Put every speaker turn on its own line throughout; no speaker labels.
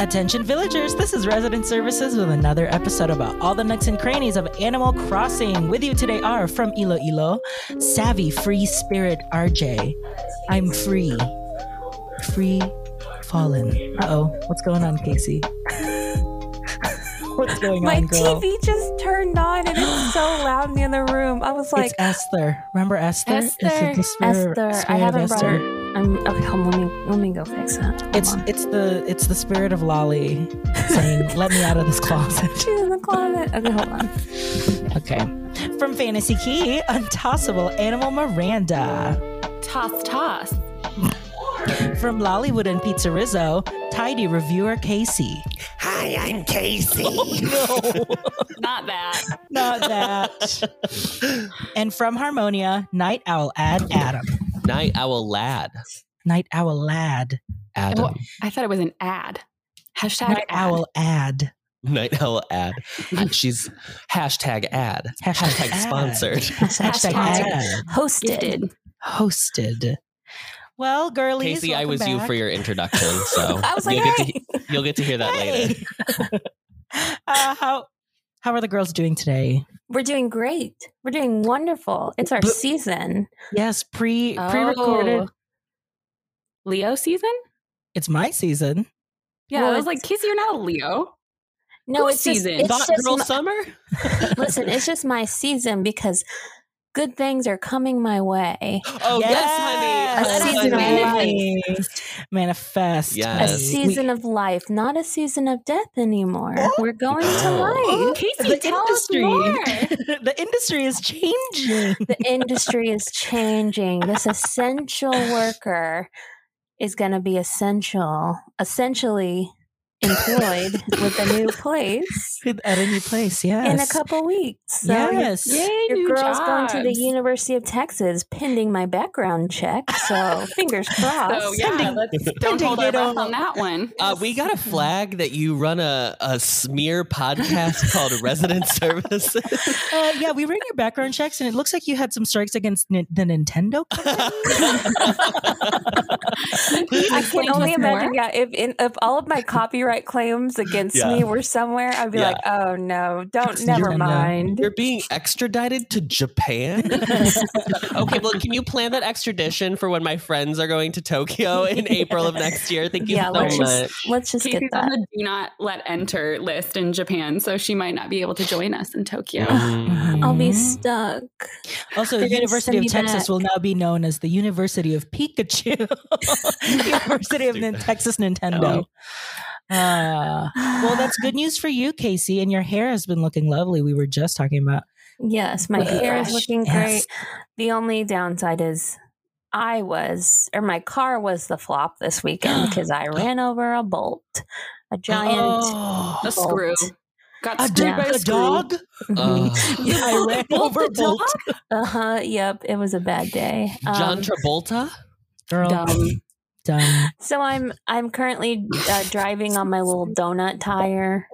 Attention villagers, this is Resident Services with another episode about all the nooks and crannies of Animal Crossing. With you today are from Iloilo, Savvy Free Spirit RJ. I'm free. Free fallen. Uh oh, what's going on, Casey? what's going
My
on, girl?
TV just turned on and it's so loud in the other room. I was like,
it's Esther. Remember Esther? Is
Esther,
it the spirit,
Esther. I
spirit
haven't
of
brought
Esther?
I'm, okay, come let me let me go fix that. Hold
It's
on.
it's the it's the spirit of Lolly saying, "Let me out of this closet."
she's in the closet. Okay, hold on.
Okay. From Fantasy Key, Untossable Animal Miranda.
Toss, toss.
From Lollywood and Pizza Rizzo, Tidy Reviewer Casey.
Hi, I'm Casey.
Oh,
Not that.
Not that. and from Harmonia, Night Owl Ad Adam.
Night Owl Lad.
Night Owl Lad.
Adam.
Oh, I thought it was an ad. Hashtag
Night
ad.
Owl Ad.
Night Owl Ad. Uh, She's hashtag ad.
Hashtag
Hashtag
ad.
sponsored.
Hashtag
Hashtag
ad.
Hosted.
Gifted.
Hosted. Well, girlies.
Casey, I was
welcome
you for
back.
your introduction. So
I was like,
you'll,
hey.
get to, you'll get to hear that later.
Hey. uh, how how are the girls doing today?
we're doing great. We're doing wonderful. It's our
But-
season.
Yes, pre pre-recorded.
Oh. Leo season?
It's my season.
Yeah,
Well,
I was like, Casey, you're not a Leo.
No,
Whose
it's just,
season?
it's
Thought
just
Girl
my-
Summer?
listen. It's just my season because good things are coming my way.
Oh, yes, honey.
A
Yes,
season of
honey. Uh,
life.
Manifest. Manifest.
A
Yes.
honey.
season of life, not a season of death anymore. We're going to
Oh.
life.
Casey,
The
tell
industry.
us more.
We- the industry is changing.
the industry is changing. This essential worker is going to be essential, essentially employed with a new place
At a new place, yes.
in a couple weeks. So
yes.
Yay,
Your
new
girl's going to the
jobs.
University of Texas pending my background check. So fingers crossed.
So yeah,
Pending-
let's don't
pending
hold our
data.
breath on that one.
Uh, we got a flag that you run a, a smear podcast called Resident Services.
Uh, yeah, we ran your background checks, and it looks like you had some strikes against Ni- the Nintendo.
I
Explain
can
to
only
us more.
imagine. Yeah, if in, if all of my copyright claims against
Yeah.
me were somewhere, I'd be
Yeah.
like, "Oh no, don't
Just
never
Nintendo.
mind."
You're being extradited to Japan? okay, well, can you plan that extradition for when my friends are going to Tokyo in April of next year? Thank you
Yeah,
so
let's
much.
just let's just get
Casey's on
that.
the do not let enter list in Japan, so she might not be able to join us in Tokyo.
Mm.
I'll be
Mhm.
stuck.
Also,
They're
the
gonna
University
send
of
me
Texas
back.
will now be known as the University of Pikachu, University of Nin-
Stupid.
Texas Nintendo. Uh, well, that's good news for you, Casey. And your hair has been looking lovely. We were just talking about.
Yes, my
Looking
hair is
fresh.
looking
Yes.
great. The only downside is I was, or my car was the flop this weekend because I ran over a bolt, a giant.
Oh,
A screw. Got
a,
screwed
dog- a
Yeah.
by a screw.
dog.
Uh,
I ran over a bolt.
Uh huh. Yep, it was a bad day.
John
Um,
Travolta?
Girl,
Dumb.
dumb.
so I'm I'm currently uh, driving on my little donut tire,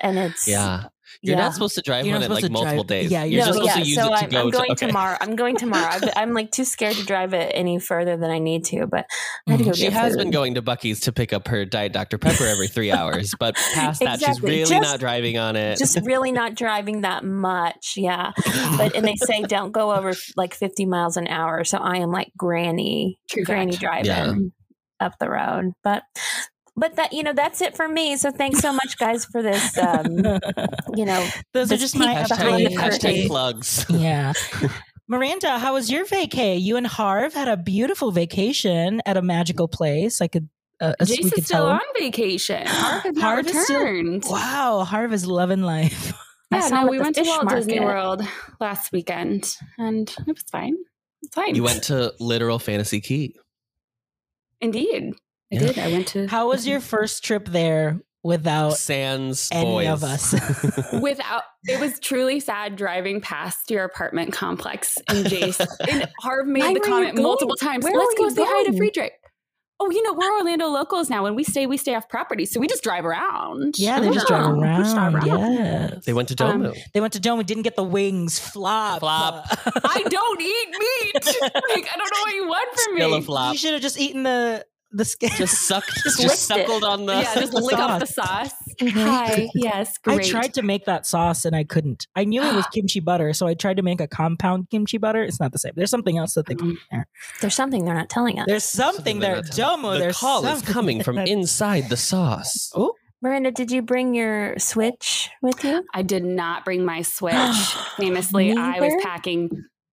and it's
Yeah. You're
yeah.
not supposed to drive
You're
on
not
it like
supposed to
multiple
drive-
days.
yeah,
you're
you're
just
not
supposed
yeah,
to use
so
it to
I'm,
go
I'm going
okay.
tomorrow. I'm going tomorrow. I've, I'm like too scared to drive it any further than I need to, but I had to go
Mm-hmm. She
get
has
food.
been going to Bucky's to pick up her Diet Dr. Pepper every three hours, but past that, she's
Exactly.
really
Just-
not driving on it.
just really not driving that much. Yeah. But and they say don't go over like 50 miles an hour. So I am like granny,
True
granny
fact.
driving up the road. But but that you know that's it for me. So thanks so much guys for this um you know
Those are
This
just
peek
my
behind
hashtag,
the
updates.
curtain.
hashtag plugs.
Yeah. Miranda, how was your vacay? You and Harv had a beautiful vacation at a magical place. I could, uh, as we
Jace
could
is still
tell.
on vacation. Harv has not
Harv is still-
returned.
Wow, Harv is loving life.
I
yeah,
saw him
no,
at
we
the
went to
fish
Walt Disney
market.
World last weekend, and it was fine. It's fine.
You went to literal Fantasy Key.
indeed. I
Yeah.
did. I went to.
How was your first trip there without
Sans
Oh, any
boys.
of us?
Without it was truly sad driving past your apartment complex and Jace and Harv made
Why
the
were you
comment
going?
multiple times.
Where
Let's
were
go
you
say hi to
going?"
Friedrich. Oh, you know we're Orlando locals now. When we stay, we stay off property, so we just drive around.
yeah, they just drive
Yeah, we
around.
just drive around.
Yes.
They went to
Um,
Domu.
They went to Dome. We didn't get the wings. Flop.
Flop.
I don't eat meat. Like, I don't know what you want from
Still a
me.
flop.
You should have just eaten the the skin.
Just sucked, just,
licked it.
suckled on the.
yeah, just lick off the sauce. Hi. Yes.
I
Great.
tried to make that sauce and I couldn't. I knew it was kimchi butter, so I tried to make a compound kimchi butter. It's not the same. There's something else that
Um,
they put in there.
There's something they're not telling us.
There's
Something
something there,
they're not
Domo.
the
There's
call is
something
coming from
that-
inside the sauce.
Oh,
Miranda, did you bring your Switch with you?
I did not bring my Switch. Famously, I was
Neither?
packing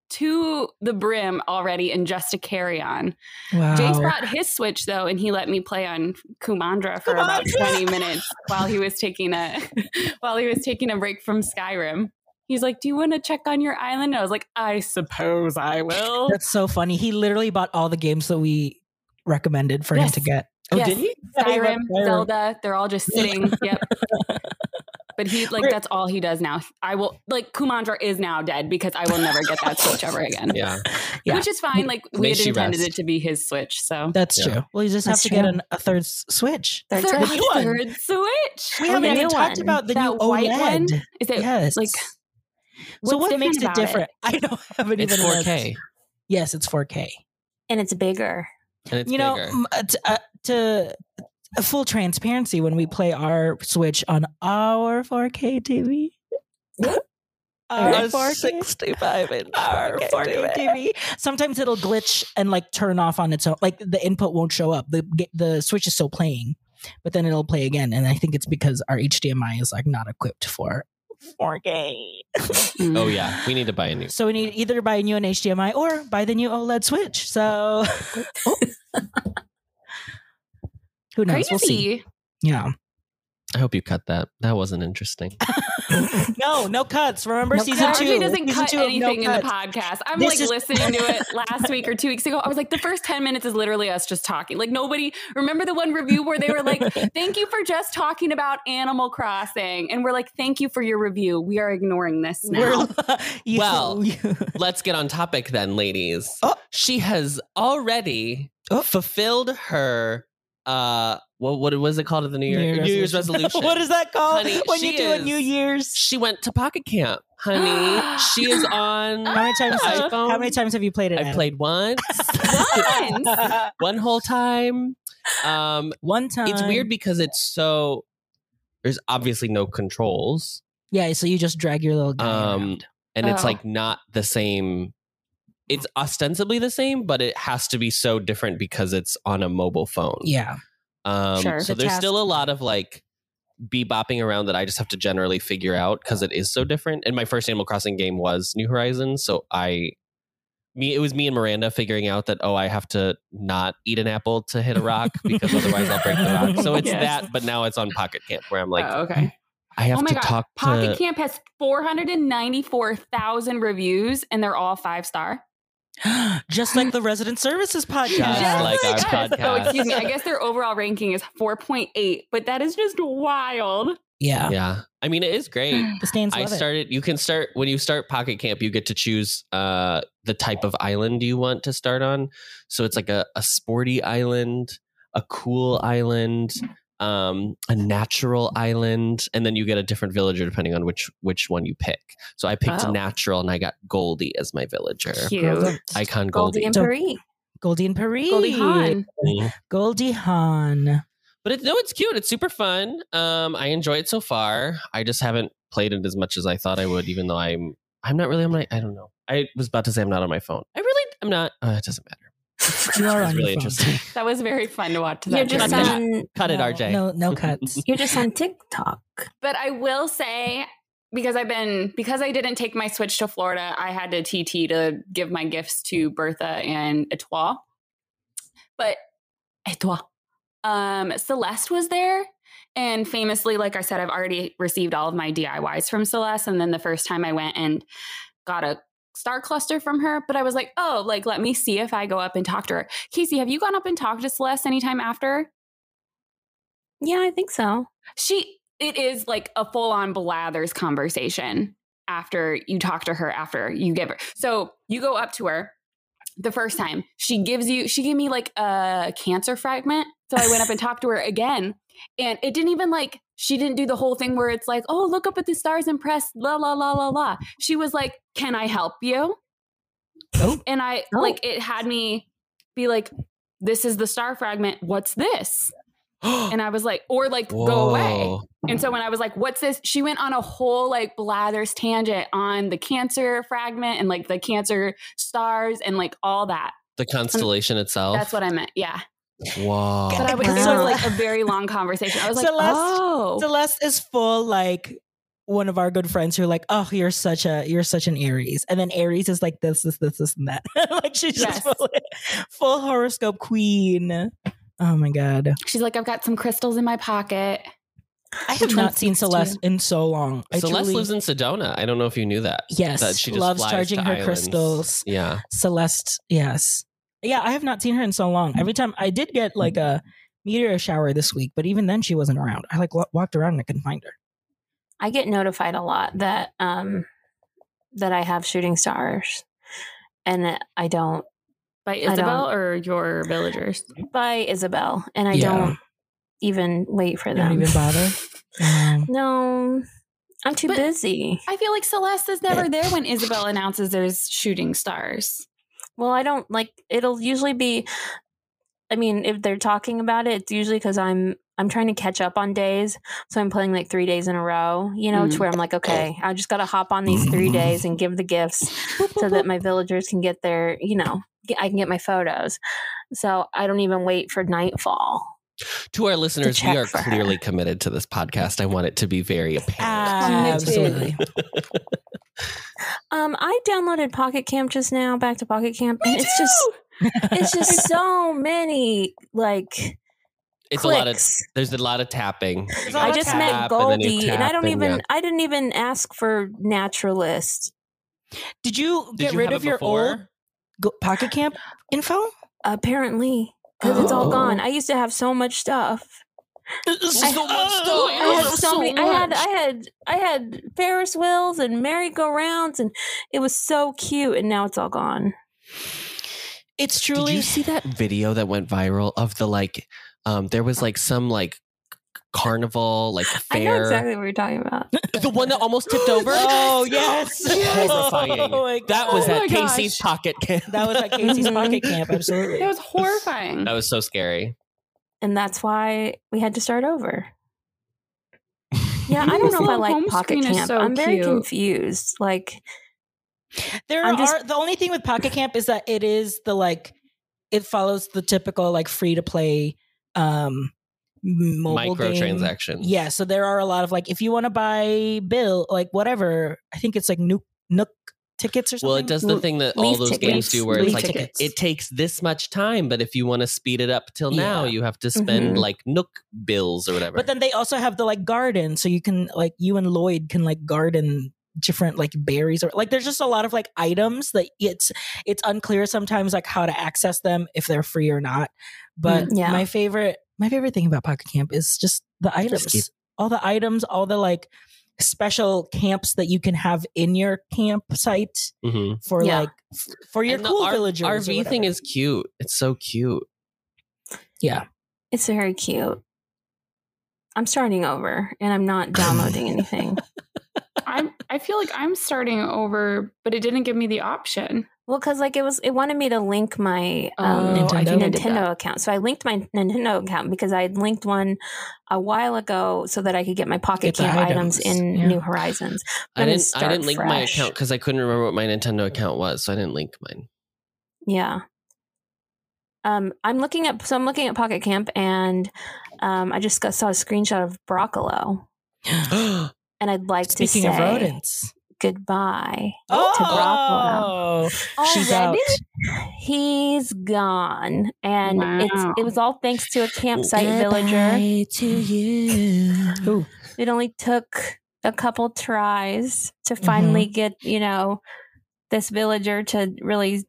to the brim already in just a carry on.
wow.
Jace brought his Switch though, and he let me play on Kumandra for about
Kumandra!
20 minutes while he was taking a while he was taking a break from Skyrim. He's like, "Do you want to check on your island?" And I was like, "I suppose I will."
That's so funny. He literally bought all the games that we recommended for him
Yes.
to get.
Yes.
he?
Skyrim, Zelda, they're all just sitting. yep. But he like
We're-
that's all he does now. I will like Kumandra is now dead because I will never get that switch ever again.
Yeah,
Yeah.
Which is fine. Like we
May
had
she
intended
rest.
it to be his switch. So
That's
Yeah.
true. Well, you just
That's
have to get
true.
an, a third s- Switch.
They're
third,
new one.
third switch.
We
Oh,
haven't
the
even
new
talked
one.
about the
That
new
white
OLED.
one? Is it
Yes.
like
so
what's
what makes it
different about it?
different? I don't haven't
it's
even
4K,
looked. Yes, it's 4K.
And it's bigger.
and it's
you know,
bigger.
m- uh, t- uh, to uh, full transparency, when we play our Switch on our 4K TV, our 4K,
65 inch.
our 4K TV, sometimes it'll glitch and like turn off on its own. Like the input won't show up. The ga- the Switch is still playing, but then it'll play again. And I think it's because our HDMI is like not equipped for 4K.
Mm.
Oh yeah, we need to buy a new.
So we need either to buy a new HDMI or buy the new OLED Switch. So who knows?
crazy?
We'll see. Yeah.
I hope you cut that. That wasn't interesting.
no, no cuts. Remember
No
season
cuts.
two.
RJ doesn't
season
cut
two of No
anything in the
Cuts.
podcast. I'm
This
like
is-
listening to it last week or two weeks ago. I was like, the first 10 minutes is literally us just talking. Like nobody remember the one review where they were like, thank you for just talking about Animal Crossing. And we're like, thank you for your review. We are ignoring this now.
We're- you-
Well.
you-
Let's get on topic then, ladies.
Oh.
She has already
Oh.
fulfilled her uh what what was it called at the New, Year, New Year's resolution?
what is that called?
Honey,
when you
she
do a
is-
New Year's.
she went to pocket camp, honey. she is on
How many times?
Ah.
how many times have you played it?
I
Adam?
played once,
Once.
one whole time. Um
one time.
it's weird because it's so there's obviously no controls.
Yeah, so you just drag your little guy.
Um,
around.
and it's
Oh.
like not the same it's ostensibly the same but it has to be so different because it's on a mobile phone
Yeah,
um
Sure.
so
The
there's
task-
still a lot of like bebopping around that i just have to generally figure out because it is so different and my first animal crossing game was new horizons so i me it was me and miranda figuring out that oh i have to not eat an apple to hit a rock because otherwise i'll break the rock so it's
Yes.
that but now it's on pocket camp where i'm like uh,
oh, okay.
i have
Oh my
to
God.
talk
Pocket
to
Camp has 494,000 reviews and they're all five star.
just like the resident services podcast.
Just
Just
like our
us. Oh,
podcast.
excuse me. I guess their overall ranking is 4.8, but that is just wild.
yeah,
yeah i mean it is great
the stands
I
love it.
started. You can start when you start Pocket Camp. You get to choose uh, the type of island you want to start on. So it's like a, a sporty island, a cool island, um, a natural island, and then you get a different villager depending on which which one you pick. So I picked
Oh.
natural, and I got Goldie as my villager.
Cute.
Icon
Goldie,
Goldie.
and
So-
Paris.
Goldie and Paris.
Goldie Hawn.
Goldie Hawn.
But it, no, it's cute. It's super fun. Um, I enjoy it so far. I just haven't played it as much as I thought I would, even though I'm I'm not really on my I don't know. I was about to say I'm not on my phone. I really I'm not. Uh, it doesn't matter.
You are
It's
on
really
your phone.
interesting.
That was very fun to watch.
You're
That
just
Cut
journey.
it.
on
Cut it,
No,
RJ.
No, no cuts.
you're just on TikTok.
But I will say because I've been because I didn't take my switch to Florida, I had to TT to give my gifts to Bertha and Etoile. But Etoile, um, Celeste was there. And famously, like I said, I've already received all of my DIYs from Celeste. And then the first time I went and got a star cluster from her, but I was like, oh, like, let me see if I go up and talk to her. Casey, have you gone up and talked to Celeste anytime after?
Yeah, I think so.
she it is like a full on blathers conversation after you talk to her after you give her so you go up to her the first time she gives you she gave me like a cancer fragment so i went up and talked to her again and it didn't even like she didn't do the whole thing where it's like oh look up at the stars and press la la la la la she was like can i help you
Oh.
and i
Oh.
like it had me be like this is the star fragment. What's this? And I was like, or like, go away. And so when I was like, what's this? She went on a whole like blathers tangent on the cancer fragment and like the cancer stars and like all that.
The constellation itself.
That's what I meant. Yeah.
Wow.
But I was, it was
Wow.
like a very long conversation. I was like,
Celeste-
oh.
Celeste is full like one of our good friends who are like, oh, you're such a you're such an Aries, and then Aries is like this, this, this, this, and that. like she's
Yes.
just full, full horoscope queen. Oh my god,
She's like, I've got some crystals in my pocket.
I have
Which one
not seen
speaks to
Celeste in so long. I
Celeste
truly-
lives in Sedona. I don't know if you knew that.
yes,
That she just
loves
flies
charging
to
her
islands.
crystals.
Yeah.
Celeste, yes, yeah, I have not seen her in so long. Every time I did get like a meteor shower this week, but even then she wasn't around. I like wa- walked around and I couldn't find her.
I get notified a lot that um that I have shooting stars, and I don't
By
don't-
Isabel or your villagers?
by Isabel, and I
Yeah.
don't even wait for
Don't
them.
even bother. Um,
No, I'm too
But-
busy.
I feel like Celeste is never there when Isabel announces there's shooting stars.
Well, I don't like. It'll usually be. I mean, if they're talking about it, it's usually because I'm I'm trying to catch up on days, so I'm playing like three days in a row. You know,
Mm-hmm.
to
Mhm.
where I'm like, okay, I just got to hop on these three days and give the gifts so that my villagers can get their, you know, get, I can get my photos. So I don't even wait for nightfall.
To our listeners, we
check
are
for her.
clearly committed to this podcast. I want it to be very apparent.
absolutely.
Um, I downloaded Pocket Camp just now, back to Pocket Camp, and it's just it's just so many like
it's a lot of
clicks.
there's a lot of tapping.
a lot
I
of
just
tap,
met
and then you
Goldie, and I
tap,
don't
and
even
yeah.
I didn't even ask for naturalist.
Did you
Did
get
you
rid
have
of
it
your
before?
old go- pocket camp info?
Apparently, because it's all
Oh.
gone. I used to have so much stuff.
I-
so much stuff.
Oh,
I
I
had
have
so,
so
many. I had
much.
I had I had Ferris wheels and merry-go-rounds, and it was so cute. And now it's all gone.
It's
Did
truly
you see that video that went viral of the like um there was like some like carnival like
I know
fair
exactly what you're talking about.
the one that almost tipped over?
Oh yes,
Horrifying.
Oh, my God.
That was
Oh
at
my
Casey's pocket camp.
that was at Casey's
Mhm.
pocket
Mm-hmm.
camp. Absolutely.
That was horrifying.
That was so scary.
and that's why we had to start over. Yeah, I don't know if I
Little
like
home
Pocket
screen is
Camp.
so
I'm very
cute.
confused. Like,
there
I'm
are
just-
the only thing with pocket camp is that it is the like it follows the typical like free to play um m- mobile game.
Microtransactions.
Yeah, so there are a lot of like if you want to buy bill like whatever, I think it's like nook nook tickets or something.
Well, it does the
Leaf
thing that all those
tickets.
games do where
Leaf
it's like
tickets.
it takes this much time, but if you want to speed it up till now,
Yeah. Mm-hmm.
you have to spend
Mhm.
like nook bills or whatever.
But then they also have the like garden, so you can like you and Lloyd can like garden different like berries or like there's just a lot of like items that it's it's unclear sometimes like how to access them if they're free or not. But
Mm, yeah.
my favorite my favorite thing about Pocket Camp is just the items.
keep-
all the items, all the like special camps that you can have in your campsite
Mhm.
for
Yeah.
like f- for your
And the
cool
R-
villagers. or
RV thing
whatever.
is cute. It's so cute.
yeah.
It's very cute. I'm starting over and I'm not downloading anything.
I I feel like I'm starting over, but it didn't give me the option.
Well, because like it was, it wanted me to link my um,
Oh, I
Nintendo,
think
I did that.
account. So I linked my Nintendo account because I had linked one a while ago so that I could get my
Get
Pocket
the
Camp
items,
items, in
yeah.
New Horizons.
I
Let me
didn't. I
start
didn't link my
fresh.
account because I couldn't remember what my Nintendo account was, so I didn't link mine.
Yeah. Um, I'm looking at so I'm looking at Pocket Camp and um, I just got, saw a screenshot of Broccolo and I'd like
Speaking
to
of
say
rodents.
goodbye to Broccolo.
Oh, she's out.
He's gone, and it's
Wow.
it was all thanks to a campsite villager.
to you.
Ooh.
It only took a couple tries to
Mm-hmm.
finally get you know this villager to really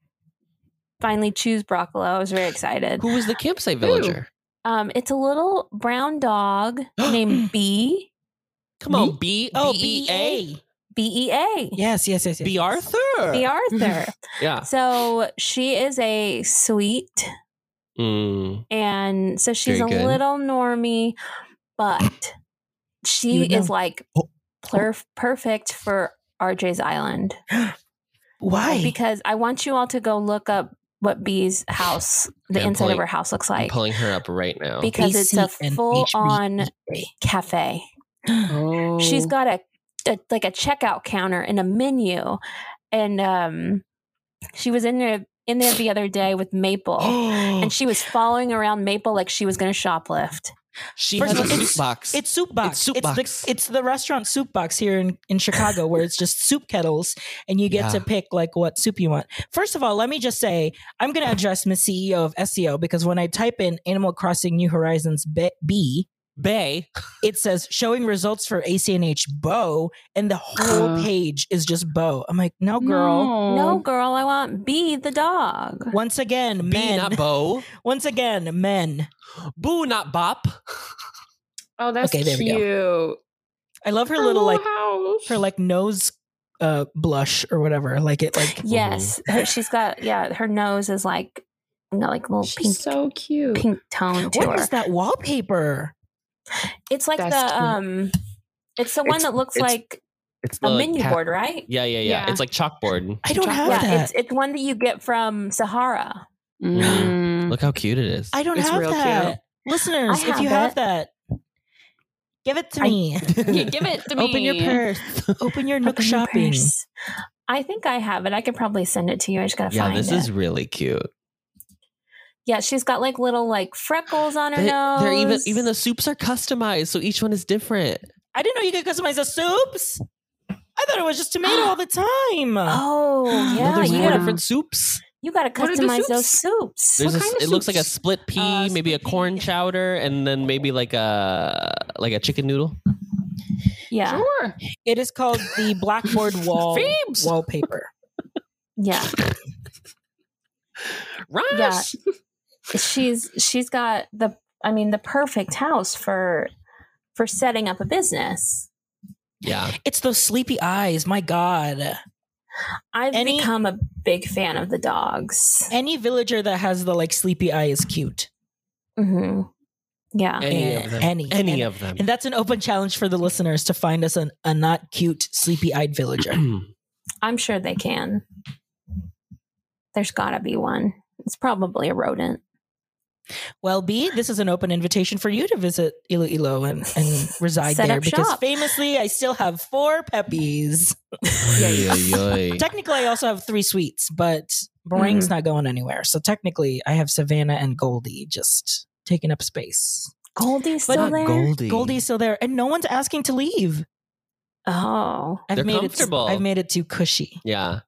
finally choose Broccolo. I was very excited.
Who was the campsite villager?
Um, it's a little brown dog named B
Come on, B
Oh,
B E A
B E A
Yes, yes, yes. yes.
B Arthur.
B E Arthur.
Yeah.
So she is a sweet
Mm.
and so she's
Very
a
good.
little normie, but
You
she
would
is
know.
like
Oh.
perf- perfect for RJ's Island
Why?
Oh, because I want you all to go look up what Bee's house, the
I'm
inside
pulling-
of her house looks
I'm
like
pulling her up right now.
because it's a
BCNHB.
full on
E
cafe.
Oh.
She's got a, a like a checkout counter and a menu, and um, she was in there in there the other day with Maple,
Oh.
and she was following around Maple like she was going to shoplift.
she
First
has
of all,
a
it's-
soup box.
It's soup box.
It's soup box.
The, it's the restaurant soup box here in, in Chicago where it's just soup kettles and you get to
Yeah.
pick like what soup you want. First of all, let me just say I'm going to address Miss CEO of SEO because when I type in Animal Crossing New Horizons B, B
Bay.
it says showing results for ACNH Bo and the whole
Uh.
page is just Bo. I'm like, no, girl.
Oh.
No, Oh, girl, I want B the dog.
Once again,
B
men.
not bow.
Once again, men.
Boo not bop.
Oh, that's
Okay, there we
cute.
I love her little like
house.
her like nose uh blush or whatever. Like it like
Yes, her, she's got yeah. Her nose is like you know, like a little
She's
pink
so cute.
pink tone to
What
her.
is that wallpaper?
It's like
That's
the
cute.
um, it's the one
It's-
that looks
it's
like
It's
a
the
menu
cat- Oh,
board, right?
Yeah, yeah, yeah,
Yeah.
It's like chalkboard.
I don't have
Yeah,
that.
it's it's one that you get from Sahara.
Mm.
Look how cute it is.
I don't
it's
have
real
that.
cute.
Listeners,
I
if
have
you have
it.
that, give it to
I-
me.
Yeah, give it to me.
Open your purse. Open your Nook
Open your
shopping.
purse. I think I have it. I could probably send it to you. I just gotta
yeah,
find
this
it.
is really cute.
yeah, she's got like little like freckles on her
They-
nose.
They're even even the soups are customized, so each one is different.
I didn't know you could customize the soups. I thought it was just tomato all the time.
uh,
oh
No,
No,
yeah,
there's
you
four
gotta,
yeah.
different soups.
you gotta
What are the
customize those
soups?
soups.
There's a,
kind
it
of
looks like a
soups?
split pea,
Uh,
maybe a
split pea.
corn chowder, and then maybe like a like a chicken noodle.
yeah,
Sure.
It is called the blackboard wall
Phoebes!
wallpaper.
yeah.
Ross!
she's she's got the I mean the perfect house for for setting up a business.
Yeah.
It's those sleepy eyes. My God.
I've
Any-
become a big fan of the dogs.
Any villager that has the like sleepy eye is cute.
hmm Yeah,
Any
Eh,
of them.
Any.
Any
And-
of them.
And that's an open challenge for the listeners to find us an, a not cute, sleepy eyed villager.
I'm sure they can. There's got to be one. It's probably a rodent.
Well, B, this is an open invitation for you to visit Iloilo and, and reside
Set
there
up
because
shop.
famously I still have four peppies.
Oy, oy, oy.
Technically, I also have three suites, but Boring's
Mm-hmm.
not going anywhere. So technically, I have Savannah and Goldie just taking up space.
Goldie's still
Not
there.
Goldie.
Goldie's still there, and no one's asking to leave.
Oh,
I've
They're
made
comfortable.
it. I've made it too cushy.
Yeah.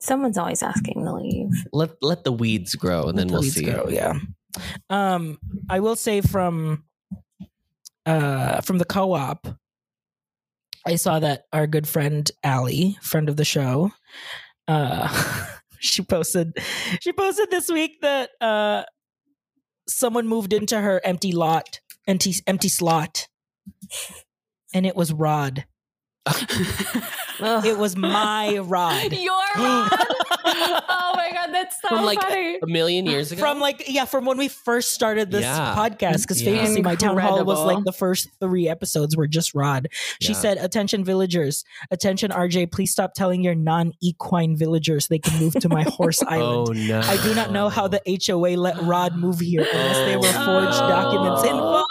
someone's always asking to leave.
Let let the weeds grow and then
Let the
we'll
weeds
see.
grow, yeah. Um, I will say from uh from the co-op, I saw that our good friend Allie, friend of the show, uh she posted she posted this week that uh someone moved into her empty lot, empty empty slot. And it was Rod.
Ugh.
It was my Rod.
Your rod. oh my god, that's so
From, like,
funny.
A million years ago.
From like yeah, from when we first started this
Yeah.
podcast, because
Yeah.
famously my town hall was
Incredible.
like the first three episodes were just Rod. She
Yeah.
said, "Attention villagers, attention RJ, please stop telling your non-equine villagers they can move to my horse
Oh
island."
no.
I do not know how the HOA let Rod move here unless there were forged
Oh.
documents involved.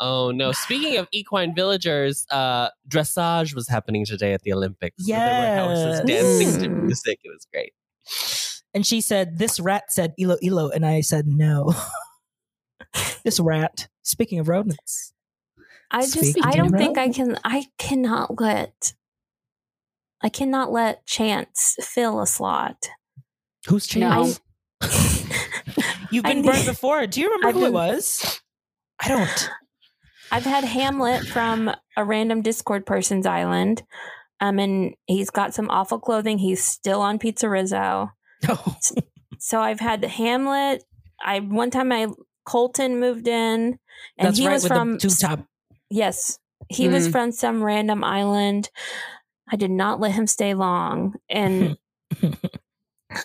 Oh no! Speaking of equine villagers, uh, dressage was happening today at the Olympics. So there were horses
Yes.
dancing to
Mm.
music. It was great.
And she said, "This rat said Ilo Ilo," and I said, "No." this rat. Speaking of rodents,
I just
Speaking
I don't
of-
think I can I cannot let I cannot let chance fill a slot.
Who's
No.
changed?
you've
I
been
need-
burnt before. Do you remember
I've
who it
been-
was? I don't.
I've had Hamlet from a random Discord person's island. Um and he's got some awful clothing. He's still on Pizza Rizzo.
No.
So I've had Hamlet. I one time I Colton moved in and
That's
he
right
was
with
from
the Mm-hmm. tube top.
Yes. He was
Mm.
from some random island. I did not let him stay long. And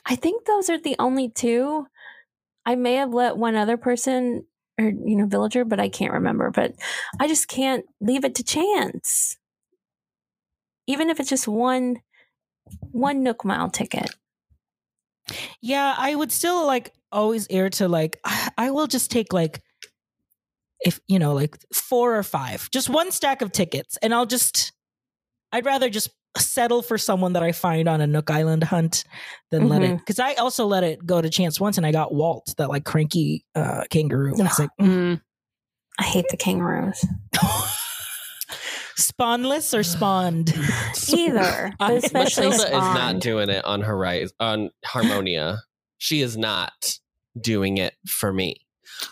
I think those are the only two. I may have let one other person or, you know, villager, but I can't remember. But I just can't leave it to chance. Even if it's just one one Nook Mile ticket.
Yeah, I would still like always err to like I I will just take like if you know like four or five, just one stack of tickets, and I'll just I'd rather just settle for someone that I find on a Nook Island hunt than let it because I also let it go to chance once, and I got Walt that like cranky uh, kangaroo. I was like "Mm."
I hate the kangaroos.
spawnless or spawned.
Either, but
I-
especially
Matilda is
Spawn.
not doing it on Horizon on Harmonia. she is not doing it for me.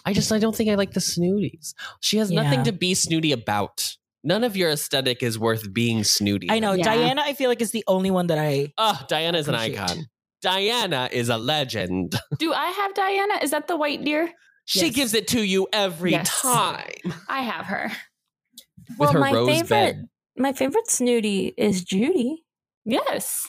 I just I don't think I like the snooties. She has
Yeah.
nothing to be snooty about. None of your aesthetic is worth being snooty.
I know
Yeah.
Diana. I feel like is the only one that I
Oh, Diana is an
Appreciate.
icon. Diana is a legend.
Do I have Diana? Is that the white deer?
She
Yes.
gives it to you every
Yes.
time
I have her.
Well,
with her
my
rose
favorite-
bed.
My favorite snooty is Judy.
Yes.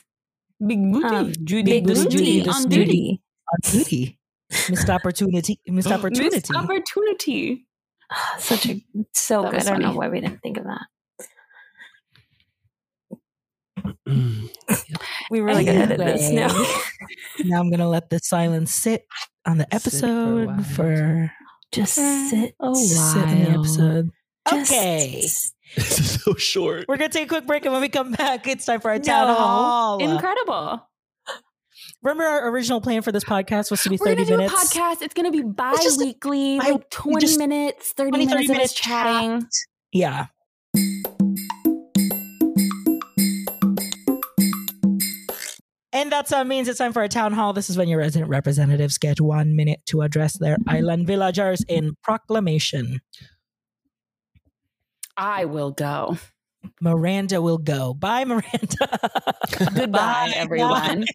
Big booty.
Um,
Judy.
Big
this
Booty
Judy, this
on
Judy.
duty.
on duty. Missed opportunity. Missed opportunity.
Missed opportunity.
Such a so
That
good. I
was
don't know
funny.
why we didn't think of that. We really got
Anyway.
good at this. No.
now I'm gonna let the silence sit on the
Sit for a
episode
while.
for,
Just
Eh,
Okay.
sit.
oh,
sit in the episode.
Just
Okay.
s-
this is so short.
We're gonna take a quick break, and when we come back, it's time for our
No.
town hall. Uh,
Incredible.
Remember, our original plan for this podcast was to be
We're
30
gonna do
minutes.
a podcast. It's gonna be
just a-
bi-weekly,
bi-
like 20
just
minutes, 30
20, 30
minutes, of us
minutes
chatting.
Yeah. And that's what means it's time for a town hall. This is when your resident representatives get one minute to address their island villagers in proclamation.
I will go.
Miranda will go. Bye, Miranda.
Goodbye, everyone.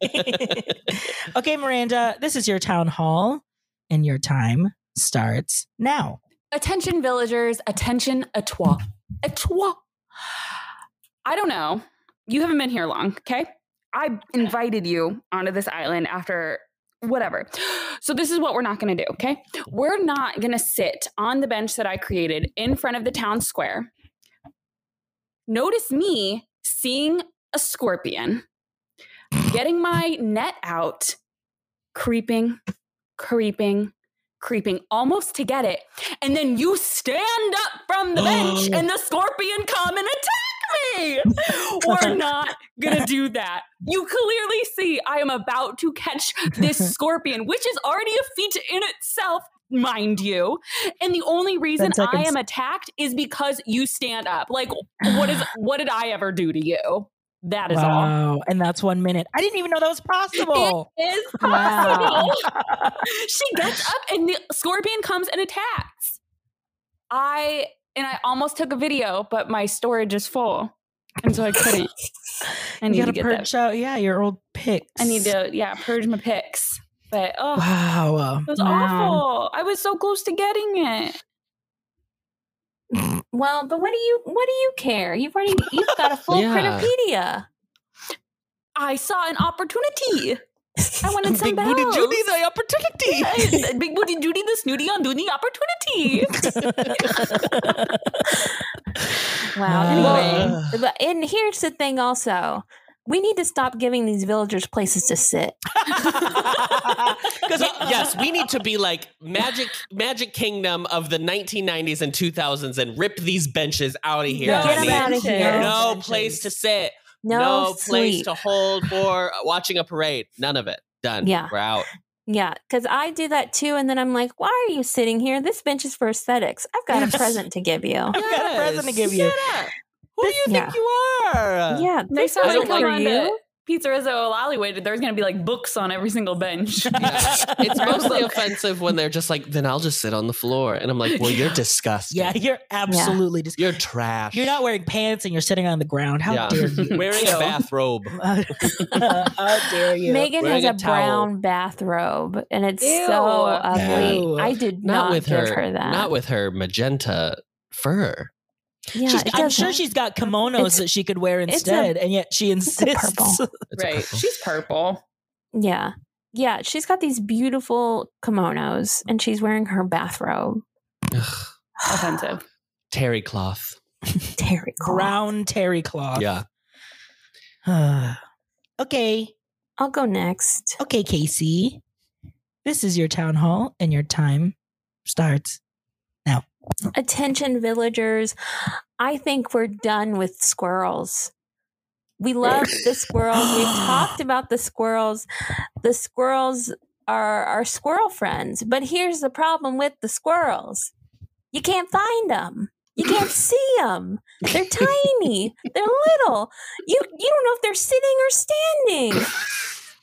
okay, Miranda, this is your town hall, and your time starts now.
Attention villagers, attention atwa. Atwa. I don't know. You haven't been here long, okay? I invited you onto this island after whatever. So this is what we're not going to do, okay? We're not going to sit on the bench that I created in front of the town square. Notice me seeing a scorpion, getting my net out, creeping, creeping, creeping almost to get it, and then you stand up from the bench and the scorpion come and attack me. We're not gonna do that. You clearly see I am about to catch this scorpion, which is already a feat in itself, mind you. And the only reason I
seconds.
am attacked is because you stand up. Like, what is what did I ever do to you? That is all.
wow. And that's one minute. I didn't even know that was possible.
It is
Wow.
possible. she gets up and the scorpion comes and attacks. I and I almost took a video, but my storage is full. And so I couldn't. I need
you
to
gotta
get
purge
that.
out, yeah, your old pics.
I need to, yeah, purge my pics. But oh
Wow.
it was
Wow.
awful. I was so close to getting it.
Well, but what do you what do you care? You've already you've got a full
Yeah.
Critopedia.
I saw an opportunity. I wanted some
Big booty
bells.
Judy, the opportunity.
Yes, Big booty Judy, the snooty on Dooney opportunity.
Wow.
Wow.
Anyway, but and here's the thing. Also, we need to stop giving these villagers places to sit.
Because uh, yes, we need to be like Magic Magic Kingdom of the 1990s and 2000s and rip these benches out of here.
No,
Get
honey.
'em out of
benches.
here.
No place to sit.
No,
No, place
sleep.
to hold for watching a parade. None of it. Done.
Yeah.
We're out.
Yeah, because I do that too, and then I'm like, "Why are you sitting here? This bench is for aesthetics. I've got
Yes.
a present to give you."
I've got a present to give you.
Shut up. Who do you
This-
think you are?
yeah, this
Next time I
I don't
isn't
come
for
on
you.
to Pizza Rizzo Alleyway, there's going to be like books on every single bench.
Yeah. It's
Right.
mostly offensive when they're just like, then I'll just sit on the floor. And I'm like, well, you're disgusting.
yeah, you're absolutely just
You're trash.
you're not wearing pants and you're sitting on the ground. How
Yeah.
dare you?
wearing a bathrobe.
How dare you?
Megan has
Wearing
a,
a towel.
brown bathrobe, and it's
Ew.
so ugly.
No.
I did
not,
not,
with
give
her,
her, that.
not with her magenta fur
yeah,
She's-
it
I'm sure
doesn't.
she's got kimonos
It's-
that she could wear
a-
instead, and yet she
a
insists.
purple.
It's a
right.
purple.
She's purple.
Yeah. Yeah. She's got these beautiful kimonos and she's wearing her bathrobe.
oh, Ugh,
Offensive.
terry cloth
Terry Cloth.
brown terry cloth.
yeah
okay.
I'll go next.
Okay, Casey, this is your town hall, and your time starts.
Attention, villagers. I think we're done with squirrels. We love the squirrels. We've talked about the squirrels. The squirrels are our squirrel friends. But here's the problem with the squirrels you can't find them. You can't see them. They're tiny. They're little. You you don't know if they're sitting or standing.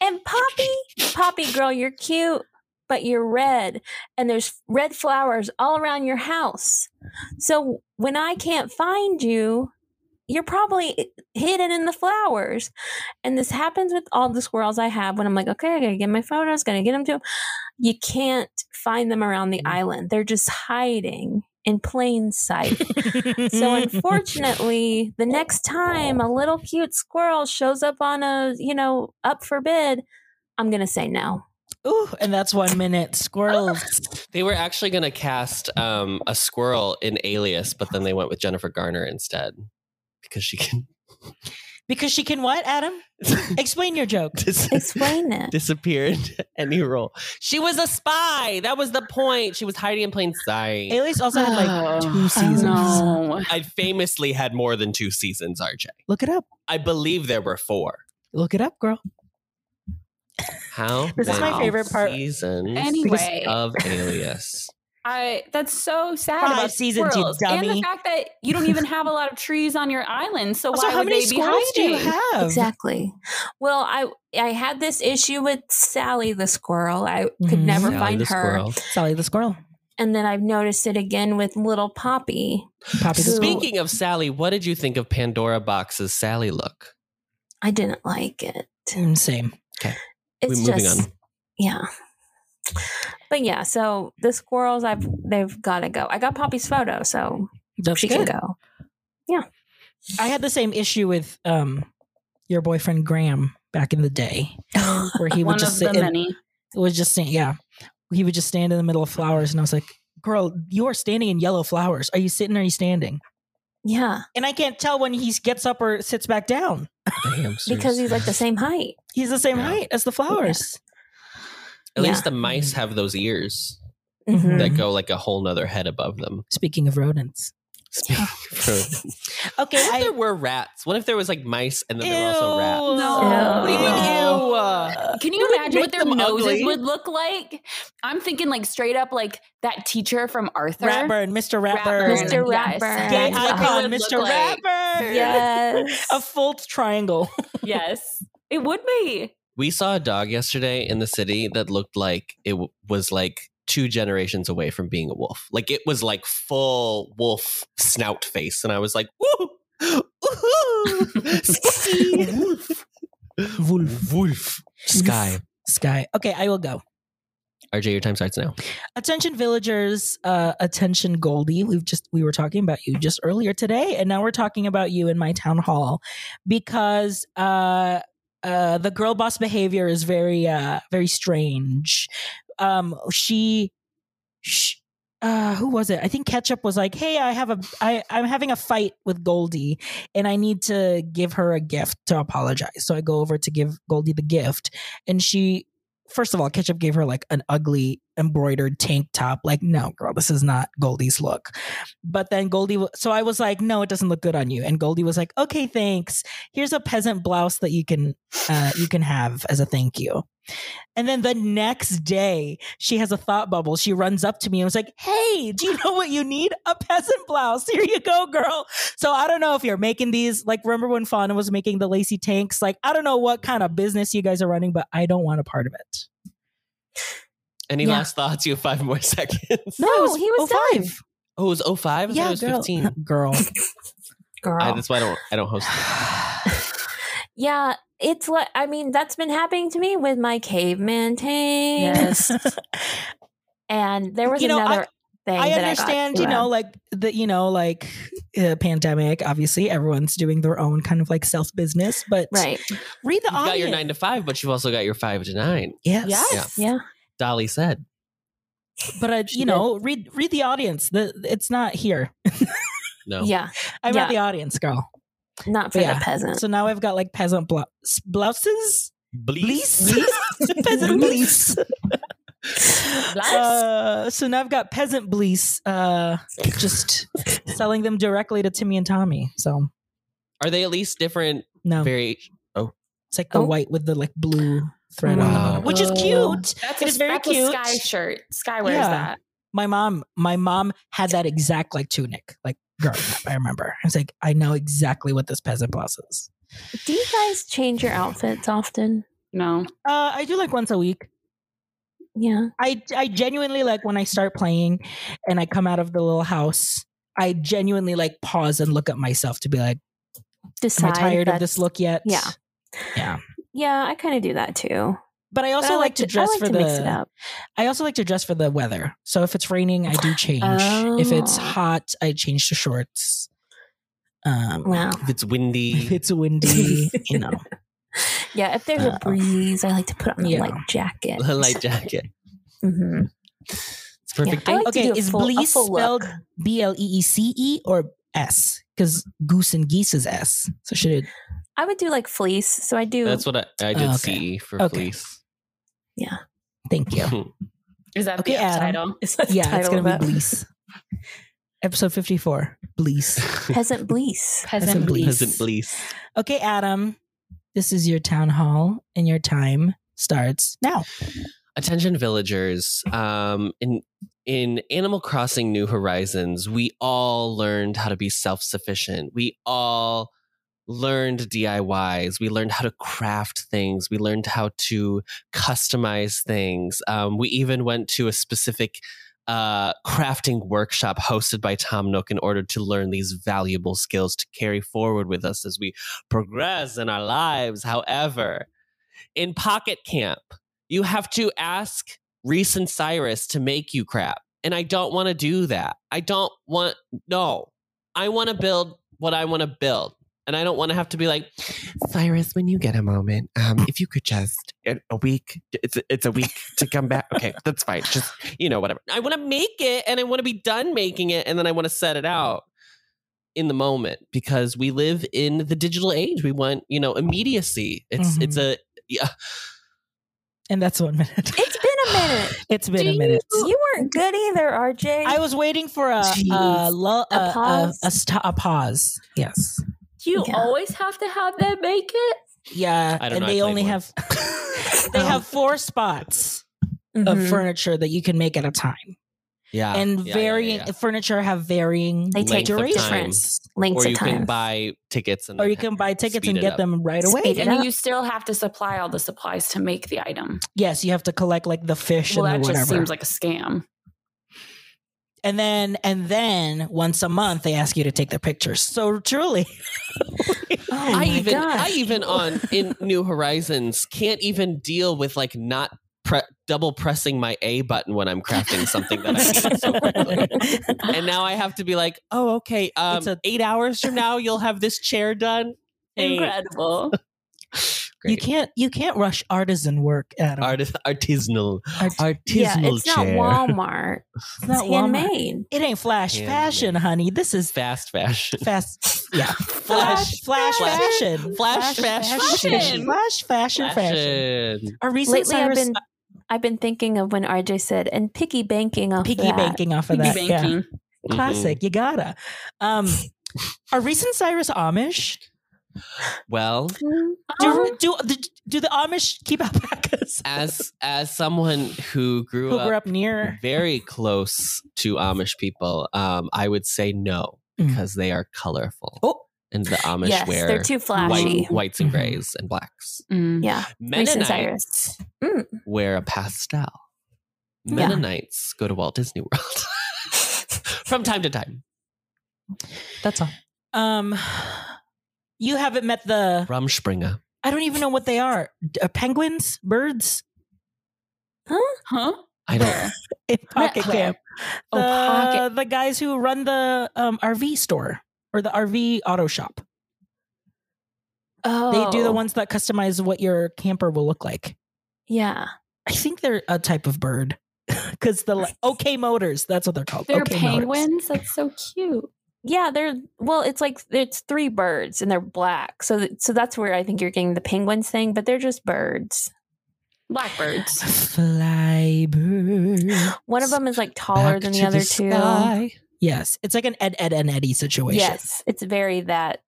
And Poppy, Poppy girl, you're cute, but you're red and there's red flowers all around your house. So when I can't find you, you're probably hidden in the flowers. And this happens with all the squirrels I have when I'm like, okay, I gotta get my photos, gonna get them to. 'em." You can't find them around the island. They're just hiding in plain sight. So unfortunately, the next time a little cute squirrel shows up on a, you know, up for bid, I'm going to say no.
Ooh, and that's one minute. Squirrels.
They were actually going to cast um, a squirrel in Alias, but then they went with Jennifer Garner instead because she can
because she can what, Adam? Explain your joke.
dis-
Explain it.
disappear into any role. She was a spy. That was the point. She was hiding in plain sight.
Alias also had like two seasons.
No.
I famously had more than two seasons, RJ.
Look it up.
I believe there were four.
Look it up, girl.
How
This is
my
many
favorite part.
Seasons
Anyway.
of Alias.
I that's so sad.
Five
about
seasons, you
squirrels. And
dummy.
the fact that you don't even have a lot of trees on your island, so
Also,
why
how
would
many
they be
squirrels do
hiding?
you have?
Exactly. Well, I I had this issue with Sally the squirrel. I could
Mhm.
never
Sally
find
the
her.
squirrel.
Sally the squirrel.
And then I've noticed it again with little Poppy.
Poppy the
Who-
squirrel.
Speaking of Sally, what did you think of Pandora Box's Sally look?
I didn't like it.
Mm, Same.
We're
It's
moving
just
on.
yeah. But yeah, so the squirrels I've they've got to go. I got Poppy's photo, so
That's
she
good.
can go.
I had the same issue with um your boyfriend Graham back in the day, where he
One
would just
of
sit.
the
in-
many.
it was just stand, yeah, he would just stand in the middle of flowers, and I was like, "Girl, you are standing in yellow flowers. Are you sitting? or Are you standing?"
Yeah,
And I can't tell when he gets up or sits back down.
The hamsters.
because he's like the same height.
He's the same
Yeah.
height as the flowers.
At
Yeah.
least the mice have those ears
Mm-hmm.
Mhm.
that go like a whole nother head above them.
Speaking of rodents,
Speaking of-
okay,
what if
I,
there were rats? What if there was like mice and then there were also rats?
No.
What do you mean,
No.
ew? Uh,
Can you
Would it
imagine what
make
their
them
noses
ugly?
would look like? I'm thinking like straight up like that teacher from Arthur.
Ratburn, Mr. Ratburn,
Ratburn.
Mr.
Yes.
Ratburn.
gay
That's what
icon,
it would
Mr.
look like.
Ratburn,
Mm-hmm. Yes.
a full triangle.
Yes. It would be.
We saw a dog yesterday in the city that looked like it w- was like two generations away from being a wolf. Like it was like full wolf snout face, and I was like, woo, woohoo, spooky." wolf, wolf, wolf, sky.
Sky. Okay, I will go.
RJ, your time starts now.
Attention villagers, uh, attention Goldie. We've just we were talking about you just earlier today, and now we're talking about you in my town hall because uh, uh, the girl boss behavior is very uh, very strange. Um, she, sh uh, who was it? I think Ketchup was like, "Hey, I have a I I'm having a fight with Goldie, and I need to give her a gift to apologize." So I go over to give Goldie the gift, and she first of all, Ketchup gave her like an ugly embroidered tank top. Like, no, girl, this is not Goldie's look. But then Goldie, w- so I was like, no, it doesn't look good on you. And Goldie was like, okay, thanks. Here's a peasant blouse that you can, uh, you can have as a thank you. And then the next day, she has a thought bubble. She runs up to me and was like, Hey, do you know what you need? A peasant blouse. Here you go, girl. So I don't know if you're making these. Like, remember when Fauna was making the lacy tanks? Like, I don't know what kind of business you guys are running, but I don't want a part of it.
Any
Yeah.
last thoughts? You have five more seconds.
No, he was
05.
Oh, it was 05? I thought
Yeah,
it was
girl.
15.
Girl.
girl.
I, that's why I don't, I don't host.
yeah, it's like I mean that's been happening to me with my caveman tank, and there was
You know, I-
another thing.
I
that
understand,
I got
you
to,
know,
uh,
like the, you know, like uh, pandemic. Obviously, everyone's doing their own kind of like self business, but
right?
read the
You've got your
audience.
nine to five, but you've also got your five to nine.
yes.
Yes.
Yeah,
Dolly said.
but uh, you
did.
know, read read the audience. The it's not here.
No.
yeah,
I'm
Yeah.
not the audience, girl.
not for
Yeah.
the peasant.
So now I've got like peasant blou- blouses
Blease.
Blease? Peasant Blease. Uh, so now I've got Peasant Blease uh, just selling them directly to Timmy and Tommy. So,
Are they at least different?
no.
Very.
It's like the
Oh.
white with the like blue thread on
Wow. Oh.
it, which is cute.
That's
It
a,
is very
that's
cute.
a sky shirt. Sky wears
Yeah.
that.
My mom, my mom had that exact like tunic, like growing up. I remember. I was like, I know exactly what this peasant blouse is.
Do you guys change your outfits often?
No.
Uh, I do like once a week.
Yeah.
I I genuinely like when I start playing, and I come out of the little house. I genuinely like pause and look at myself to be like, am
Decide.
I tired of
that's-
this look yet?
Yeah. Yeah, I kind of do that too.
But I
But
also
I
like, to dress
I like
for
to
the.
mix it up.
I also like to dress for the weather. So if it's raining, I do change. If it's
Oh.
hot, I change to shorts. Um,
Wow.
If it's
If
windy.
it's windy, you know.
Yeah, if there's
Uh,
a breeze, I like to put on a
yeah.
light jacket.
Light jacket.
hmm
It's perfect.
I like to
Okay,
do a
is
full- a
Bleece
full look.
spelled B L E E C E or S? Because goose and geese is S. So should it?
I would do like fleece. So I do.
That's what I, I did
Oh, okay.
CE for
Okay.
fleece.
Thank you.
Is that
Okay,
the
Adam.
title?
is that the
Yeah, it's
title
gonna be
of it?
Bleece. Episode fifty-four. Bleece.
Peasant Bleece.
Peasant Bleece.
Peasant fleece.
Okay, Adam. This is your town hall, and your time starts now.
attention villagers um in in animal crossing new horizons we all learned how to be self-sufficient we all learned diys we learned how to craft things we learned how to customize things um, we even went to a specific uh, crafting workshop hosted by tom nook in order to learn these valuable skills to carry forward with us as we progress in our lives however in pocket camp you have to ask Reese and Cyrus to make you crap. And I don't want to do that. I don't want, no. I want to build what I want to build. And I don't want to have to be like, Cyrus, when you get a moment, um, if you could just, in a week, it's, it's a week to come back. Okay, that's fine. Just, you know, whatever. I want to make it and I want to be done making it. And then I want to set it out in the moment because we live in the digital age. We want, you know, immediacy. It's,
Mhm.
it's a, yeah,
And that's one minute.
It's been a minute.
It's been
Do
a minute.
You weren't good either, RJ.
I was waiting for a a,
Jeez.
lull- a,
A
a-
pause?
a st- a pause. Yes.
Do you
Yeah.
always have to have them make it?
Yeah.
I don't
and
know, I
they
played
only
one.
have they have four spots of
Mhm.
furniture that you can make at a time,
yeah.
and
Ah, Yeah, yeah, yeah,
varying
yeah.
furniture have varying
They take
Length of time.
durations,
links
or
of
you
time.
can buy tickets and
or
then
you can buy tickets
speed
and
it
get
up.
them right away.
Speed it
And
up.
you still have to supply all the supplies to make the item.
Yes, you have to collect like the fish
Well,
and
that
the whatever.
just seems like a scam.
and then and then once a month they ask you to take their pictures. So truly,
oh
I
my
even
gosh.
I even on in New Horizons can't even deal with like not pre- double pressing my A button when I'm crafting something that I need so quickly. And now I have to be like, oh okay, um,
It's a-
eight hours from now you'll have this chair done. Hey,
Incredible.
you
great.
can't you can't rush artisan work at all.
Artis- artisanal
Art-
artisanal
yeah, it's not
chair.
Walmart.
It's not
it's
Walmart.
handmade.
It ain't flash
Handmade.
fashion, honey. This is
Fast fashion.
fast. Yeah,
Flash
flash,
fashion.
fashion,
Flash fashion.
flash fashion, fashion.
Fashion.
Our recent
Lately, I've
Cyrus
been I've been thinking of when RJ said and piggy banking off
piggy
that.
banking off of
Piggy
that. Yeah.
banking.
Mm-hmm.
Mm-hmm. Classic. You gotta. Um, are recent Cyrus Amish?
Mhm. Well,
Mhm.
Do, do do do the Amish keep alpacas?
as as someone who grew
Who
up
grew up near?
very close to Amish people, um, I would say no
Mm.
because they are colorful.
Oh.
and the Amish
Yes,
wear
they're too flashy.
white, whites and
Mhm.
grays and blacks.
Mm.
Yeah, recent
Mennonites
Cyrus.
wear a pastel.
Yeah.
Mennonites go to Walt Disney World from time to time. That's all.
Um, you haven't met the.
Rumspringa.
I don't even know what they are. D- uh, penguins, birds
Huh?
I don't.
in Eh, pocket
where?
camp.
Oh,
the,
pocket.
the guys who run the um, RV store or the RV auto shop.
Oh,
They do the ones that customize what your camper will look like.
Yeah,
I think they're a type of bird because the li- OK motors. That's what they're called.
They're
OK Motors.
penguins. That's so cute.
yeah, they're well. It's like it's three birds and they're black. So th- so that's where I think you're getting the penguins thing, but they're just birds.
Blackbirds.
Fly bird.
One of them is like taller
Back
than
to
the other two.
sky.
Yes, it's like an Ed, Ed, and Eddie situation.
Yes, it's very that.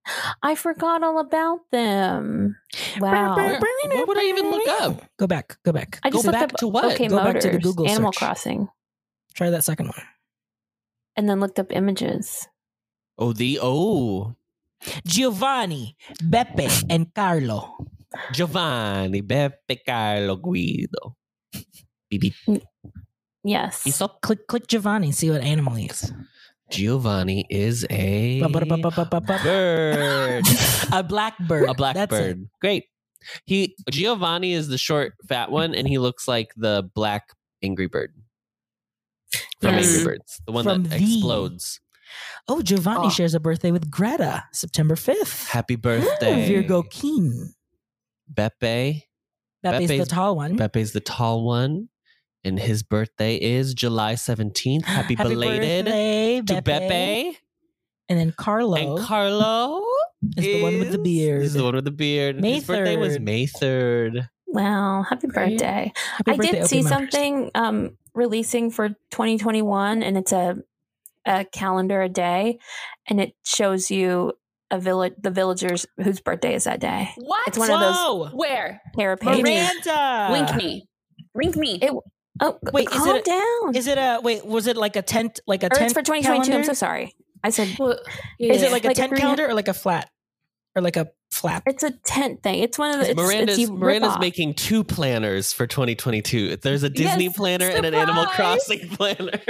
I forgot all about them. Wow.
What would I even look up?
Go back. Go back.
I
go
just
Go
looked
back
up
to what?
OK
Go back
Motors,
to the Google
Animal
search.
Crossing,
Try that second one.
and then looked up images.
Oh, the oh,
Giovanni, Beppe, and Carlo.
Giovanni Beppe Carlo Guido. Bibi
Yes.
Iso.
Click, click Giovanni. See what animal he is.
Giovanni is a
Ba-ba-da-ba-ba-ba-ba.
bird,
A blackbird. That's
a
it.
blackbird. Great. He Giovanni is the short, fat one, and he looks like the black Angry Bird from
Yes.
Angry Birds, the one
From
that
the-
explodes.
Oh, Giovanni
Oh.
shares a birthday with Greta, September 5th.
Happy
Ooh,
birthday,
Virgo King.
Beppe.
Beppe is the
Beppe's-
tall one.
Pepe's the tall one, and his birthday is July 17th. Happy, belated
birthday,
to Beppe.
And then Carlo
And Carlo
is the one with the beard.
Is the one with the beard.
May
his birthday was
3rd.
May 3rd.
wow. Happy
Great.
birthday.
Happy
I
birthday,
did
Opie
see
Motors.
something um, releasing for 2021, and it's a a calendar a day, and it shows you a village the villagers whose birthday is that day.
What?
It's one of those
Whoa!
Where?
Terra pages.
Miranda!
Link me. Link me.
It- Oh,
Wait,
wait,
is
calm
it
down.
Is it a wait? Was it like a tent? Like a
or
tent
it's for 2022. I'm so
calendar?
sorry. I said
Well,
Is it
yeah.
like,
Like
a
a
tent
three-
calendar or like a flat or like a flap?
it's a tent thing. It's one of the it's,
Miranda's,
it's you rip
Miranda's
off.
making two planners for 2022. There's a Disney
Yes,
planner and an Animal
surprise!
Crossing planner.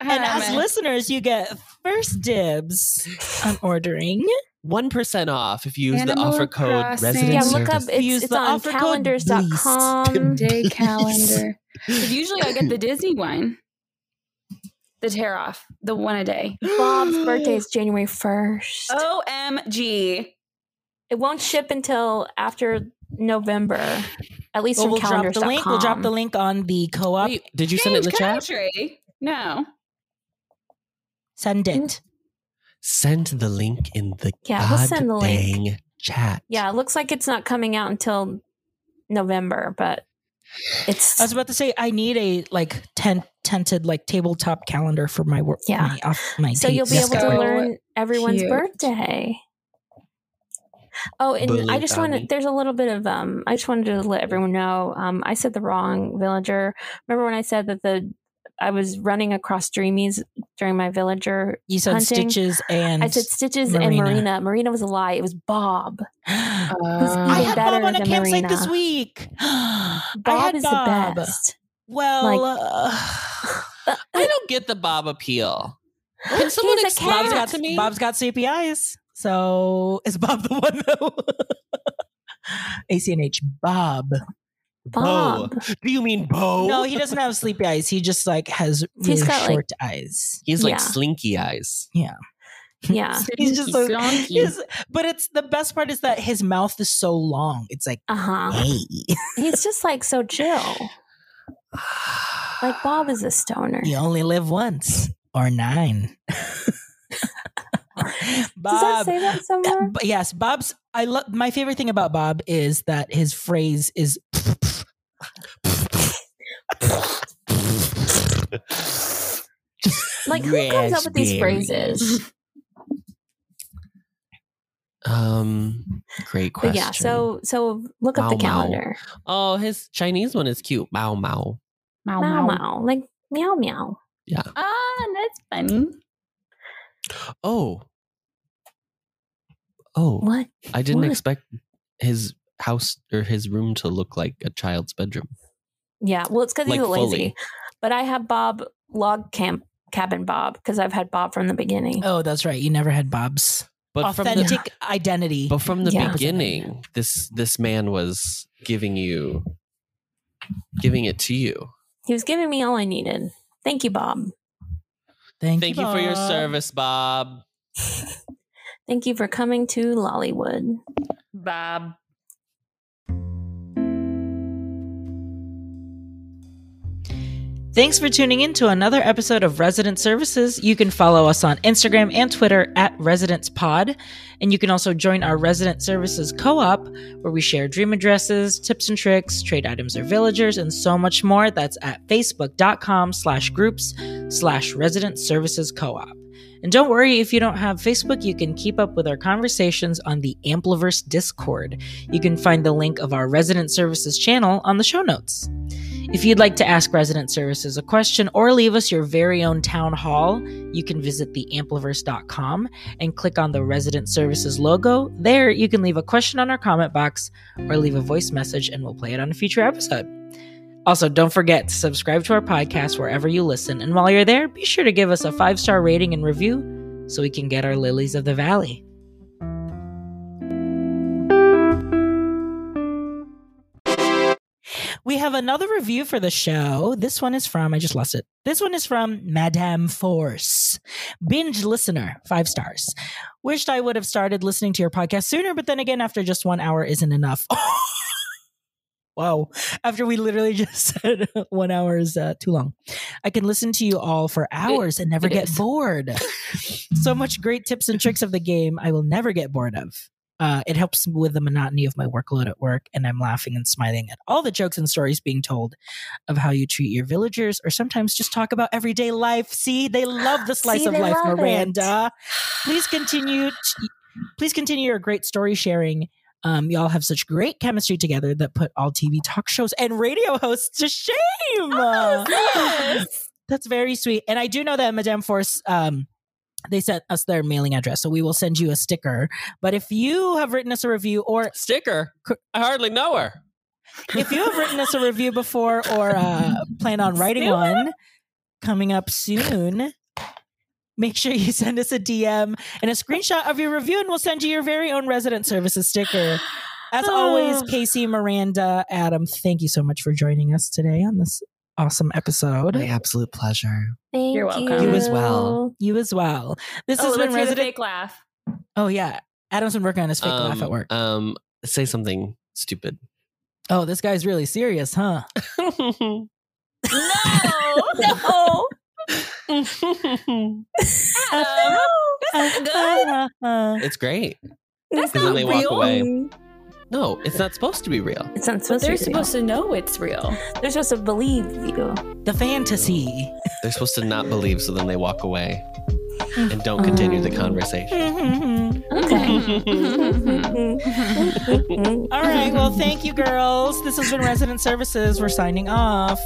And as
Um,
listeners, you get first dibs on ordering.
1% off if you use
Animal
the offer code
Crossing.
resident
yeah, look up.
service.
Use
It's, it's
the
on
offer code
calendars.com.
day calendar. 'Cause usually I get the Disney one, the tear off, the one a day.
Bob's birthday is January 1st.
Oh.
OMG.
It won't ship until after November, at least
Well, we'll
from
drop
calendars.
the link. We'll drop the link on the co-op.
Wait, did you send it in the
Change
chat?
country. No.
Send it.
Send the link in the
Yeah, we'll send the link.
goddang chat.
Yeah, it looks like it's not coming out until November, but it's
I was about to say I need a like tent tented like tabletop calendar for my work.
Yeah.
my, off my
so you'll be able
table.
to
So
learn everyone's
cute.
birthday. Oh, and I just want to.
Bulletani.
There's a little bit of um. I just wanted to let everyone know. Um, I said the wrong villager. Remember when I said that the I was running across Dreamies during my villager
You said
hunting.
stitches and
I said Stitches and
Marina.
Marina. Marina was a lie. It was Bob.
Uh, I
even
had Bob
um, better
on a
than
campsite
Marina.
this week. I
Bob
had
is
Bob.
the best.
Well,
Like-
uh,
I don't get the Bob appeal. Can
He's
someone
a
explain
cat.
that
Bob's
to
got,
me?
Bob's got CPIs. So is Bob the one though? ACNH Bob.
Bo.
Bob.
Do you mean Bo?
No, he doesn't have sleepy eyes. He just like has really
He's got, like-
short eyes.
He's like
Yeah.
slinky eyes.
Yeah.
He's just so.
Stonky.
His, but it's the best part is that his mouth is so long. It's like
Uh huh.
hey,
He's just like so chill. Like Bob is a stoner.
you only live once or nine.
Does that
Bob,
say that somewhere?
But yes, Bob's. I love my favorite thing about Bob is that his phrase is
Like who comes up with these phrases?
Um, great question.
But yeah, so so look up the
Mau Mau.
calendar.
oh, his Chinese one is cute. Mao Mao.
Meow,
Meow meow. Like meow meow.
Ah, that's funny.
Oh, oh,
What?
I didn't
what?
expect his house or his room to look like a child's bedroom.
Yeah. Well it's because
Like
he's a lazy.
fully.
But I have Bob log camp cabin Bob because I've had Bob from the beginning.
Oh, that's right. You never had Bob's
But from the
authentic identity.
but from the
Yeah.
beginning, this this man was giving you giving it to you.
He was giving me all I needed. Thank you, Bob.
Thank,
Thank you for your
Bob.
service, Bob.
Thank you for coming to Lollywood.
Bob.
Thanks for tuning in to another episode of Resident Services. You can follow us on Instagram and Twitter at Residence Pod. And you can also join our Resident Services co op, where we share dream addresses, tips and tricks, trade items or villagers, and so much more. That's at facebook.com slash groups slash resident services co op. And don't worry if you don't have Facebook, you can keep up with our conversations on the Ampliverse Discord. You can find the link of our Resident Services channel on the show notes. If you'd like to ask resident services a question or leave us your very own town hall, you can visit theampliverse.com and click on the resident services logo. There, you can leave a question on our comment box or leave a voice message and we'll play it on a future episode. Also, don't forget to subscribe to our podcast wherever you listen. And while you're there, be sure to give us a five star rating and review so we can get our lilies of the valley. We have another review for the show. This one is from, I just lost it. This one is from Madame Force. Binge listener, five stars. Wished I would have started listening to your podcast sooner, but then again, after just one hour isn't enough. Wow. After we literally just said one hour is uh, too long. I can listen to you all for hours and never
it
get
is.
bored. so much great tips and tricks of the game I will never get bored of. Uh, it helps with the monotony of my workload at work, and I'm laughing and smiling at all the jokes and stories being told of how you treat your villagers, or sometimes just talk about everyday life. See, they love the slice
See,
of
they
life,
love it.
Miranda. Please continue. t- please continue your great story sharing. Um, y'all have such great chemistry together that put all TV talk shows and radio hosts to shame.
Yes.
That's very sweet. And I do know that Madame Force, um, they sent us their mailing address, so we will send you a sticker. But if you have written us a review, or
Sticker. I hardly know her.
if you have written us a review before, or uh, plan on writing
Soon.
one coming up soon, make sure you send us a DM and a screenshot of your review, and we'll send you your very own resident services sticker. As always,
Oh.
Casey, Miranda, Adam, thank you so much for joining us today on this awesome episode.
absolute pleasure.
Thank
You're welcome.
You as well.
You as well. This
oh,
has
let's
been
hear the
resident.
fake laugh.
Oh yeah, Adam's been working on his fake laugh at work.
Um, say something stupid.
oh, this guy's really serious, huh?
No,
No.
Adam, that's not Oh, good.
Uh-huh.
it's great.
That's
And then
not
they walk
real.
away. No, it's not supposed to be real.
It's not
But
supposed
they're
to.
supposed to know it's real.
They're supposed to believe you.
the fantasy.
They're supposed to not believe, so then they walk away and don't continue the
Um.
conversation.
Mm-hmm.
Mm-hmm.
All right. Well, thank you, girls. This has been Resident Services. We're signing off.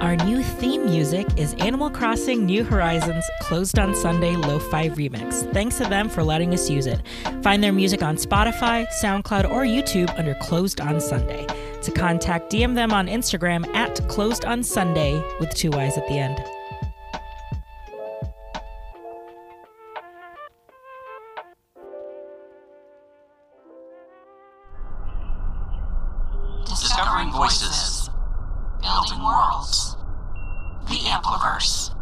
Our new theme music is Animal Crossing New Horizons Closed on Sunday Lo Fi Remix. Thanks to them for letting us use it. Find their music on Spotify, SoundCloud, or YouTube under Closed on Sunday. To contact, DM them on Instagram at Closed on Sunday with two Y's at the end.
Discovering voices. Building worlds. The Ampliverse.